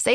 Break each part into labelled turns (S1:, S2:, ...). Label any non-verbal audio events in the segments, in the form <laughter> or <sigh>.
S1: Say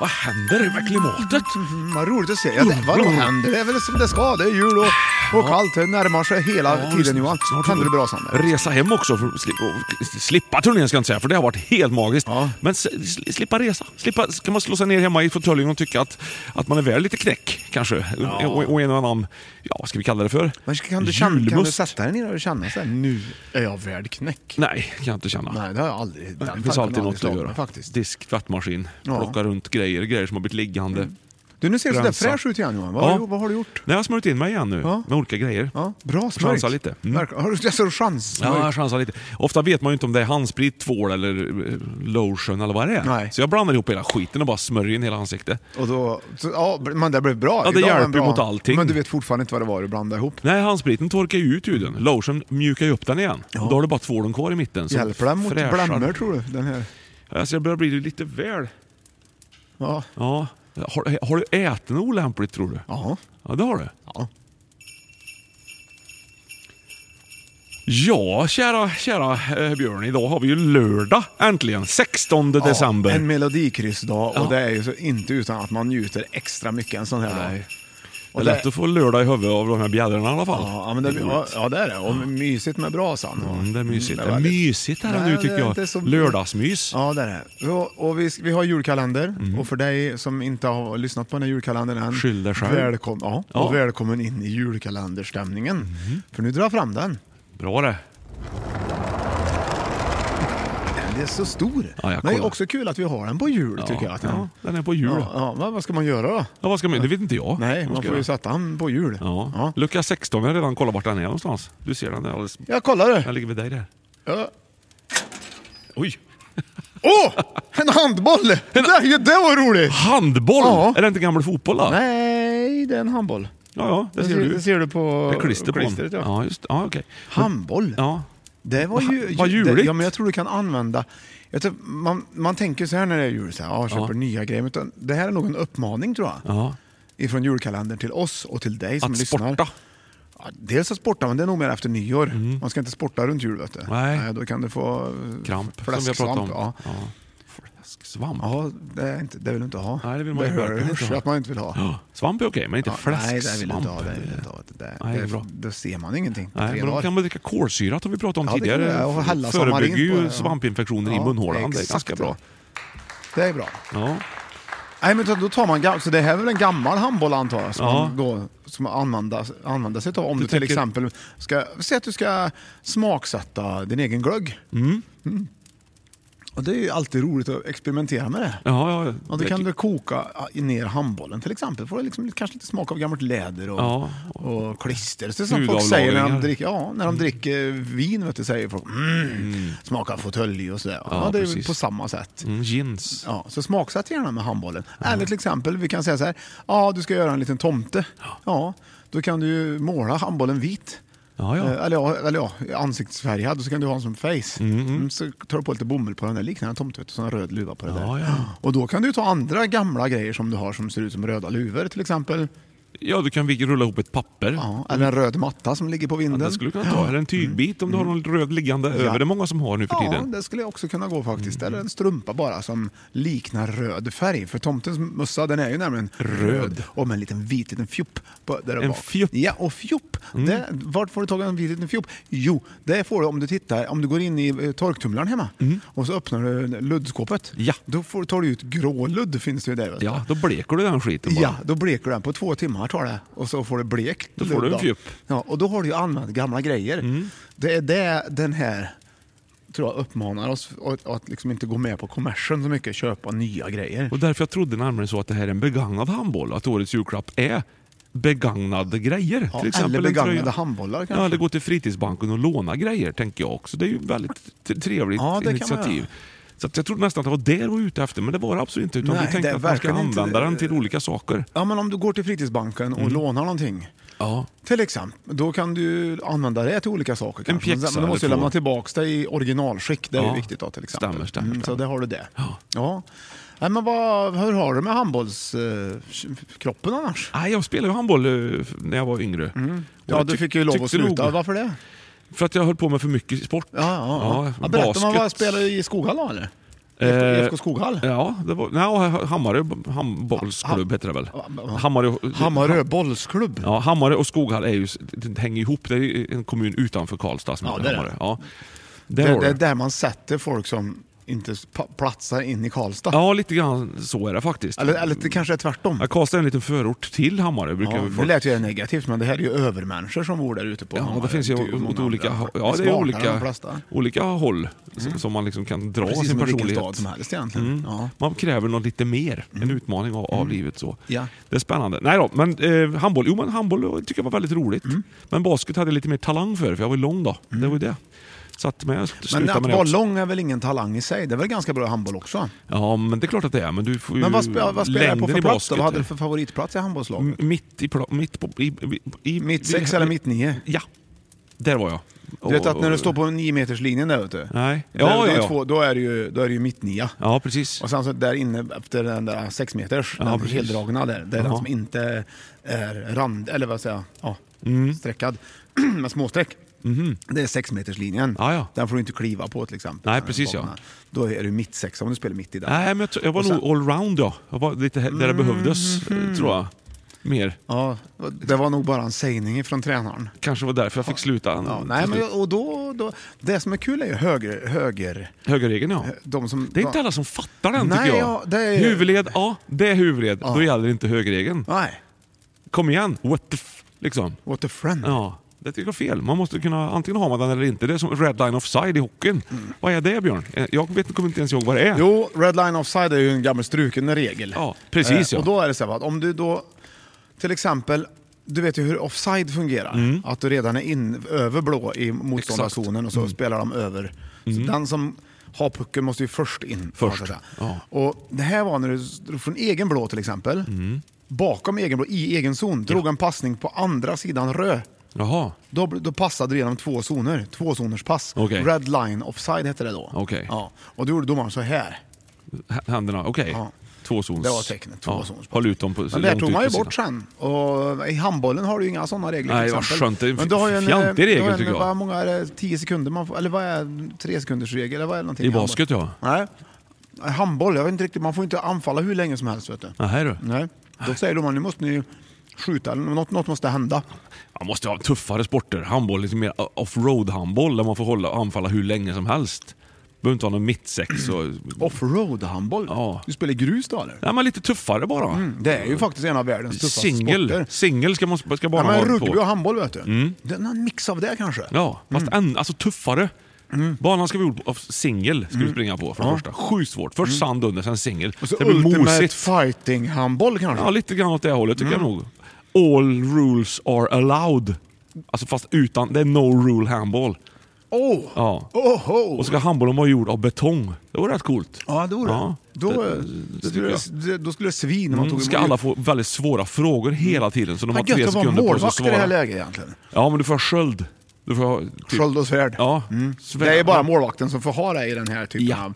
S2: Vad händer med klimatet?
S3: Mm, Vad roligt att se. Ja, det, vadå händer? Det är väl som det ska. Det är jul och, och kallt. Det närmar sig hela tiden Johan. Tänder du brasan där?
S2: Resa hem också, för att sli- och s- slippa turnén ska jag inte säga, för det har varit helt magiskt. Men s- sli- slippa resa. Slippa, kan man slå sig ner hemma i fåtöljen och tycka att, att man är värd lite knäck, kanske. Och, och en och annan, ja vad ska vi kalla det för?
S3: Men kan du, känna, kan du
S2: Julmust?
S3: sätta dig ner och känna så här, nu är jag värd knäck?
S2: Nej, kan jag inte känna.
S3: Nej, det har jag aldrig. den
S2: det
S3: tanken
S2: finns
S3: har
S2: alltid
S3: aldrig
S2: något att
S3: slagit mig
S2: göra.
S3: Faktiskt.
S2: Disk, tvättmaskin,
S3: Ja.
S2: plocka runt grejer, grejer som har blivit liggande.
S3: Du, nu ser du sådär
S2: Rensa.
S3: fräsch ut igen Johan. Vad, har, du, vad har du gjort?
S2: Nej, jag har smörjt in mig igen nu
S3: Ja.
S2: med olika grejer.
S3: Ja, bra smörjt.
S2: Chansa lite. Mm.
S3: Verkar- Har du alltså, chans?
S2: Ja, jag chansar lite. Ofta vet man ju inte om det är handsprit, tvål eller eh, lotion eller vad det är.
S3: Nej.
S2: Så jag blandar ihop hela skiten och bara smörjer in hela ansiktet.
S3: Och då, så, ja, men det blev bra.
S2: Ja, det
S3: Idag var
S2: hjälper
S3: en bra-
S2: mot allting.
S3: Men du vet fortfarande inte vad det var du blandade ihop.
S2: Nej, handspriten torkar ju ut huden. Lotion mjukar ju upp den igen. Och Då har du bara tvålen kvar i mitten. som
S3: Hjälper den mot
S2: fräschar.
S3: blämmor tror du? Den här.
S2: Alltså jag börjar bli lite väl...
S3: Ja.
S2: Ja. Har, har du ätit något olämpligt tror du?
S3: Ja.
S2: Ja, det har du.
S3: ja.
S2: Ja, kära, kära eh, Björn. Idag har vi ju lördag äntligen. 16 december.
S3: Ja, en melodikryssdag och
S2: Ja.
S3: det är ju så inte utan att man njuter extra mycket en sån här dag.
S2: Nej. Det
S3: Och
S2: är
S3: det-
S2: lätt att få lördag i huvudet av de här bjädrarna i alla fall.
S3: Ja, men det, ja, ja, det är det. Och mysigt med brasan. Och-
S2: Mm, det är mysigt. Det
S3: var
S2: är
S3: lite-
S2: mysigt här
S3: Nej,
S2: nu
S3: det
S2: tycker
S3: är
S2: jag.
S3: inte så-
S2: Lördagsmys.
S3: Ja, det är det. Och, och vi, vi har julkalender. Och för dig som inte har lyssnat på den här julkalendern än.
S2: Mm. Skyll dig själv.
S3: Välkom, ja,
S2: Ja. Mm.
S3: Och välkommen in i julkalenderstämningen. För nu drar jag fram den.
S2: Bra det.
S3: Den är så stor.
S2: Ja, jag
S3: Men det är
S2: kollar.
S3: också kul att vi har den på jul tycker jag. Att den,
S2: ja,
S3: ja.
S2: den är på jul.
S3: Ja,
S2: Ja.
S3: vad, vad ska man göra då?
S2: vad ska man, det vet inte jag.
S3: Nej,
S2: Vad
S3: man
S2: ska
S3: får ju
S2: jag-
S3: sätta den på jul.
S2: Ja.
S3: Ja.
S2: Lucka 16 jag har redan kollat vart den är någonstans. Du ser den där alldeles...
S3: Jag kollar du.
S2: Den ligger vid dig där.
S3: Ja.
S2: Oj!
S3: Åh! en handboll! Det, där, ju- det var roligt!
S2: Handboll!
S3: Ja.
S2: Är det inte gammal fotboll då?
S3: Nej, det är en handboll.
S2: Ja, ja, det ser du.
S3: Det ser du på
S2: det är klister på den.
S3: klistret. Ja.
S2: Ja, just Ja, okej.
S3: Handboll?
S2: Ja.
S3: Det var ju...
S2: Vad juligt.
S3: det- Ja, men jag tror du kan använda... Jag tror, man, man tänker så här när det är jul, så här, ah, köper nya grejer. Utan det här är nog en uppmaning tror jag.
S2: Ja.
S3: Ifrån julkalendern till oss och till dig som
S2: Att
S3: lyssnar.
S2: sporta. Mm.
S3: Ja, dels att sporta, men det är nog mer efter nyår. Man ska inte sporta runt jul vet du.
S2: Nej.
S3: då kan du få... eh,
S2: Kramp, som vi har
S3: fläsksvamp,
S2: pratat om.
S3: Ja.
S2: Ja. Fläsksvamp?
S3: Ja, det, är inte, det vill du inte ha.
S2: Nej, det vill man ju
S3: hör-
S2: verkligen inte
S3: hörs
S2: ha.
S3: att man inte vill ha.
S2: Ja. Svamp är okej, men inte
S3: Nej,
S2: fläsksvamp.
S3: det vill du inte ha. Det vill du inte ha. Det, där.
S2: Nej,
S3: det,
S2: bra.
S3: Då ser man ingenting på
S2: Nej,
S3: tre
S2: men då
S3: dagar.
S2: kan man dricka kolsyrat har vi pratat om
S3: Ja, det
S2: tidigare.
S3: kan man göra. Och hälla
S2: förebygger
S3: Samarin på det,
S2: ju
S3: ja.
S2: svampinfektioner i
S3: Ja,
S2: munhålan. Det är ganska
S3: exakt,
S2: bra.
S3: Det är bra.
S2: Ja.
S3: Nej, men då- då tar man, gam- så det här är väl en gammal handboll antar jag, som
S2: Ja.
S3: man då, som man använder, använder sig av. Om du, till
S2: tänker-
S3: exempel ska, säg att du ska smaksätta din egen glögg. Mm. Och det är ju alltid roligt att experimentera med det.
S2: Ja, ja.
S3: Och då kan du koka ah, ner handbollen till exempel. Får du liksom, lite- kanske lite smak av gammalt läder och,
S2: Ja.
S3: och klister. Så det är som folk säger när de dricker, ja, när de dricker vin, vet du, säger folk mm, smakar fåtölj och sådär. Ja,
S2: Ja,
S3: det är ju
S2: precis.
S3: på samma sätt.
S2: Mm, gins.
S3: Ja, så smaksätt gärna med handbollen. Eller till exempel, vi kan säga så här, ja du ska göra en liten tomte. Ja, då kan du ju måla handbollen vit.
S2: Ja, ja.
S3: Eh, Eller, ja, eller ja, ansiktsfärgad. Så kan du ha den som face. Mm, så tar du på lite bomull på den där, liknande en tomte. vet du, Så en röd luva på det
S2: Ja,
S3: där.
S2: ja.
S3: Och då kan du ju ta andra gamla grejer som du har som ser ut som röda luvor till exempel.
S2: Ja, du kan vi- rulla ihop ett papper.
S3: Ja, eller en röd matta som ligger på vinden.
S2: Det skulle du kunna ta. Eller en tygbit om du har någon röd liggande över. Det är många som har nu för
S3: Mm. Ja,
S2: tiden.
S3: det skulle jag också kunna gå faktiskt. Eller en strumpa bara som liknar röd färg. För tomtens mössa den är ju nämligen röd och med en liten vit liten fjupp. på- Där
S2: En
S3: bak.
S2: fjupp? Mm.
S3: Ja, och fjupp. Det, vart får du tag i en vit liten fjupp? Jo, det får du om du tittar, om du går in i eh, torktumlaren hemma och så öppnar du luddskåpet.
S2: Mm. Ja.
S3: Då får, tar du ut grå ludd finns det ju där. vet du.
S2: Ja, då bleker du den skiten bara.
S3: Ja, då bleker den på två timmar tar det. Och så får du blekt
S2: Då får du
S3: ludd
S2: en Mm.
S3: av.
S2: fjupp.
S3: Ja, och då har du ju använt gamla grejer. Det är det den här tror jag uppmanar oss att, att liksom inte gå med på kommersen så mycket, köpa nya grejer.
S2: Och därför jag trodde närmare så att det här är en begagnad handboll. Att årets julklapp är begagnade grejer.
S3: Ja,
S2: till exempel
S3: eller
S2: en
S3: begagnade
S2: tröja.
S3: handbollar kanske.
S2: Ja, eller gå till fritidsbanken och låna grejer, tänker jag också. Det är ju väldigt t- trevligt
S3: Ja, det kan man
S2: initiativ.
S3: göra.
S2: Så att jag trodde nästan att det var det du var ute efter, men det var det absolut inte. Utan
S3: Nej,
S2: du
S3: det är
S2: tänkte att man ska
S3: verkligen inte
S2: använda
S3: det.
S2: den till olika saker.
S3: Ja, men om du går till fritidsbanken
S2: Mm.
S3: och lånar någonting.
S2: Ja.
S3: Till exempel, då kan du använda det till olika saker. kanske.
S2: pjäxa
S3: Men du måste ju
S2: eller
S3: lämna
S2: två.
S3: tillbaka det i originalskick. Det är
S2: Ja.
S3: ju viktigt då till exempel.
S2: Stämmer,
S3: Mm,
S2: stämmer,
S3: så
S2: stämmer.
S3: där har du det.
S2: Ja.
S3: ja. Nej, men vad, hur har du med handbollskroppen annars?
S2: Nej, jag spelade ju handboll eh, f- när jag var yngre. Och
S3: Mm. Ja,
S2: jag
S3: du
S2: tyck-
S3: fick ju lov att
S2: tyckte
S3: sluta.
S2: nog-
S3: Varför det?
S2: För att jag höll på med för mycket sport.
S3: Ja, ja, ja. ja, berätta,
S2: basket.
S3: man var spelade i Skoghall då eller?
S2: Eh,
S3: IFK Skoghall?
S2: <laughs> Ja, det var, nej, Hammarö handbollsklubb heter det väl? Hammarö,
S3: Hammarö bollsklubb?
S2: Ja, Hammarö och Skoghall är ju, det hänger ihop. Det är ju en kommun utanför Karlstad som
S3: Ja,
S2: heter
S3: det är
S2: Hammarö.
S3: det.
S2: Ja,
S3: det,
S2: där
S3: det
S2: har du.
S3: är där man sätter folk som inte pa- platsar in i Karlstad.
S2: ja, lite grann så är det faktiskt.
S3: Eller, eller det kanske är tvärtom.
S2: Ja, Karlstad är en liten förort till Hammarö. Brukar
S3: Ja,
S2: vi
S3: det
S2: folk...
S3: lät ju negativt, men det här är ju övermänniskor som bor där ute på
S2: Ja,
S3: Hammarö.
S2: det finns ju
S3: är många
S2: åt
S3: andra.
S2: olika, ja, det är
S3: Smartare än de
S2: olika,
S3: flesta. Mm.
S2: olika håll som- som man liksom kan dra
S3: Precis
S2: sin
S3: som i vilken stad
S2: personlighet. Mm.
S3: som helst egentligen. Ja. Mm.
S2: Man kräver något lite mer, en utmaning av, av livet. så.
S3: Ja.
S2: Det är spännande. Nej då, men eh, handboll, jo, men handboll tycker jag var väldigt roligt.
S3: Mm.
S2: Men basket hade jag lite mer talang för, för jag var ju lång då. Det var ju det. Så att, men jag slutade
S3: Men att
S2: med det
S3: vara
S2: också.
S3: lång är väl ingen talang i sig? Det är väl ganska bra i handboll också?
S2: Ja, men det är klart att det är. Men du får ju
S3: Men vad, spe, vad spelar du på
S2: Mm. längden
S3: för
S2: i
S3: plats då?
S2: basket.
S3: Vad hade du för favoritplats i handbollslaget?
S2: M- Mitt i... pla- Mitt, på, i, i, i
S3: Mitt sex eller mitt nio?
S2: Ja, där var jag.
S3: Du vet
S2: Och-
S3: att när du står på niometerslinjen där ute,
S2: Nej.
S3: där,
S2: Ja,
S3: det är
S2: ja,
S3: ju
S2: ja.
S3: Två, då är det ju, då är det ju mitt nia.
S2: Ja, precis.
S3: Och sen så där inne efter den där sex meters,
S2: Ja,
S3: den
S2: precis.
S3: heldragna där, det är den
S2: Ja.
S3: som inte är rand, eller vad säger jag, ja,
S2: Mm.
S3: <clears throat> streckad, med småstreck. Det är sexmeterslinjen.
S2: Mhm. Ja, ja.
S3: Den får du inte kliva på till exempel.
S2: Nej,
S3: Den
S2: precis, ja.
S3: banan. Då är du mitt sexa om du spelar mitt i den.
S2: Nej, men jag, tror- jag var
S3: Och sen- Mhm.
S2: nog allround ja. Jag var lite he- där det behövdes, eh, tror jag. Mer.
S3: Ja, det var nog bara en sägning från tränaren.
S2: Kanske var därför jag fick sluta.
S3: Ja, nej, men, och då, då, det som är kul är ju höger, höger
S2: Högerregeln ja.
S3: Eh, de som,
S2: Det är inte alla som fattar den
S3: Nej,
S2: tycker jag.
S3: ja, det är-
S2: Huvudled, ja det är huvudled. Då gäller inte högerregeln.
S3: Nej,
S2: Kom igen, what the f... Liksom.
S3: what a friend.
S2: Ja, det tycker jag är fel. Man måste kunna, antingen har man den eller inte. Det är som red line offside i hockeyn. Vad är det Björn? Eh, Jag vet, kommer inte ens ihåg vad det är.
S3: Mm. Jo, red line offside är ju en gammal struken regel. Eh,
S2: Ja, precis, ja.
S3: Och då är det så här, va, att om du då, till exempel, du vet ju hur offside fungerar.
S2: Mm.
S3: Att du redan är in, över blå i motståndarzonen och så
S2: Mm.
S3: spelar de över. Så den som har pucken måste ju först in.
S2: Först,
S3: så att säga.
S2: ja.
S3: Och det här var när du drog från egen blå till exempel,
S2: Mm.
S3: bakom egen blå, i egen zon, drog en passning på andra sidan röd.
S2: Jaha,
S3: Då, då passade du genom två zoner, två zoners pass.
S2: Okej.
S3: Red line offside hette det då.
S2: Okej.
S3: Ja. Och då gjorde domaren så här.
S2: H- händerna, okej.
S3: Ja.
S2: Tvåzons.
S3: Det var tecknet, tvåzons.
S2: Håll ut dem på
S3: Men det här
S2: långt
S3: tog
S2: ut
S3: man ju
S2: på
S3: bort sen. Och I handbollen har du ju inga sådana regler.
S2: Nej,
S3: till
S2: vad
S3: exempel.
S2: skönt. Det är en
S3: Men du har ju en,
S2: fjantig
S3: eh, du har
S2: regel,
S3: en,
S2: tycker jag.
S3: Vad många är det? 10 sekunder man får, Eller vad är tre sekunders regel? Eller vad är någonting
S2: I
S3: handboll?
S2: basket, ja.
S3: Nej. Handboll, jag vet inte riktigt. Man får inte anfalla hur länge som helst. Vet du.
S2: Nähä du.
S3: Nej. Då säger de nu måste ni skjuta. eller Något, något måste hända.
S2: Man måste ha tuffare sporter. Handboll, lite mer offroad handboll där man får hålla, anfalla hur länge som helst. Behöver inte ha någon mittsex och...
S3: Offroad handboll?
S2: Ja.
S3: Du spelar grus då eller?
S2: Nej, men lite tuffare bara.
S3: Mm, Det är ju faktiskt en av världens tuffaste
S2: Singel.
S3: sporter.
S2: Singel ska, man, ska
S3: Ja,
S2: banan
S3: men
S2: vara
S3: rugby Mm.
S2: på. Mm.
S3: och handboll vet du. Det är en mix av det kanske.
S2: Ja, fast än, alltså tuffare.
S3: Mm.
S2: Banan ska vara gjord av singel, ska du springa på för det första. Sjukt svårt. Först sand under, sen singel.
S3: Mm. Och så
S2: Det blir
S3: Ultimate
S2: mosigt.
S3: fighting-handboll kanske?
S2: Ja, lite grann åt det hållet tycker
S3: Mm.
S2: jag nog. All rules are allowed. Alltså fast utan, det är no rule handboll.
S3: Oh.
S2: Ja.
S3: Oho!
S2: Och så ska handbollen vore gjord av betong. Det vore rätt coolt.
S3: Ja, det vore
S2: Ja,
S3: det. Då,
S2: det- det tror
S3: skulle
S2: jag.
S3: det, då skulle det svin när man
S2: Mm,
S3: tog Mm.
S2: ska alla få väldigt svåra frågor hela tiden. Så de har
S3: Vad gött
S2: tre
S3: att vara
S2: sekunder på sig att
S3: målvakt i det här
S2: svara.
S3: läget egentligen.
S2: Ja, men du får ha sköld. Du får ha... Typ.
S3: Sköld och svärd.
S2: Ja.
S3: Mm.
S2: Svärd.
S3: Det är bara målvakten som får ha det i den här typen
S2: Ja.
S3: av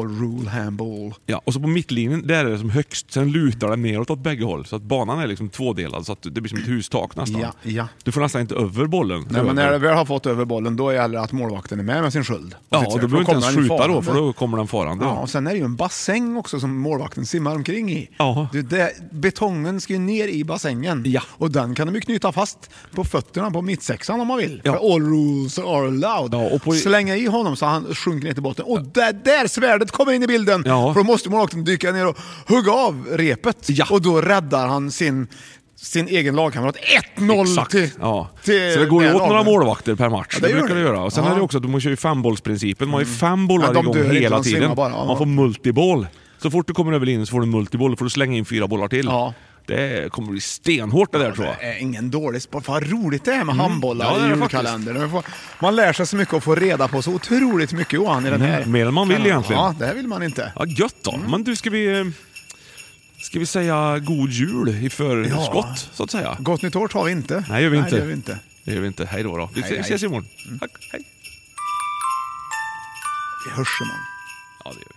S3: all rule handball.
S2: Ja, och så på mittlinjen, där är det som högst. Sen lutar det neråt åt bägge håll. Så att banan är liksom tvådelad, så att det blir som ett hustak nästan.
S3: Ja, ja.
S2: Du får nästan inte över bollen.
S3: Nej, men
S2: Över.
S3: när det väl har fått över bollen då gäller det att målvakten är med med sin sköld.
S2: Ja,
S3: Sitt
S2: då
S3: svärd.
S2: behöver du inte
S3: kommer
S2: ens
S3: han i
S2: skjuta då,
S3: farande.
S2: för då kommer den farande.
S3: Ja, och sen är det ju en bassäng också som målvakten simmar omkring i.
S2: Ja.
S3: Du, det, betongen ska ju ner i bassängen.
S2: Ja.
S3: Och den kan de ju knyta fast på fötterna på mittsexan om man vill.
S2: Ja.
S3: För all rules are allowed.
S2: Ja, och på-
S3: Slänga i honom så han sjunker ner till botten. Och där, där svärdet kommer in i bilden!
S2: Ja.
S3: För då måste målvakten dyka ner och hugga av repet.
S2: Ja.
S3: Och då räddar han sin sin egen lagkamrat. 1-0
S2: Exakt.
S3: till,
S2: ja.
S3: till
S2: Så det går ju
S3: med
S2: åt några
S3: lagen.
S2: målvakter per match.
S3: Ja,
S2: det,
S3: det gör
S2: brukar det
S3: det.
S2: göra. Och sen
S3: Ja. Mm.
S2: är det också att man kör ju fembollsprincipen. Man har ju fem bollar
S3: Ja, de dör
S2: igång
S3: inte,
S2: hela
S3: de svimmar
S2: tiden.
S3: bara. Ja,
S2: Man
S3: ja.
S2: får multiboll. Så fort du kommer över linjen så får du multiboll. Då får du slänga in fyra bollar till.
S3: Ja.
S2: Det kommer bli stenhårt det där tror jag.
S3: Det är eh, ingen dålig sport. Vad roligt det är med handbollar
S2: Ja, det är
S3: i
S2: det
S3: julkalendern. Man får- Man lär sig så mycket och får reda på så otroligt mycket Johan i den här.
S2: Mm. mer än man vill
S3: kalendern.
S2: egentligen.
S3: Ja, det här vill man inte.
S2: Ja, gött då.
S3: Mm.
S2: Men du, ska vi... eh, Ska vi säga god jul i förskott,
S3: Ja.
S2: så att säga?
S3: Gott nytt år tar vi inte.
S2: Nej, gör vi inte.
S3: Nej, det gör vi inte.
S2: Det gör vi inte. Hej då. då. Vi
S3: Hej,
S2: ses,
S3: hej. Mm.
S2: ses imorgon. Tack. Hej.
S3: Vi hörs imorgon.
S2: Ja, det gör vi.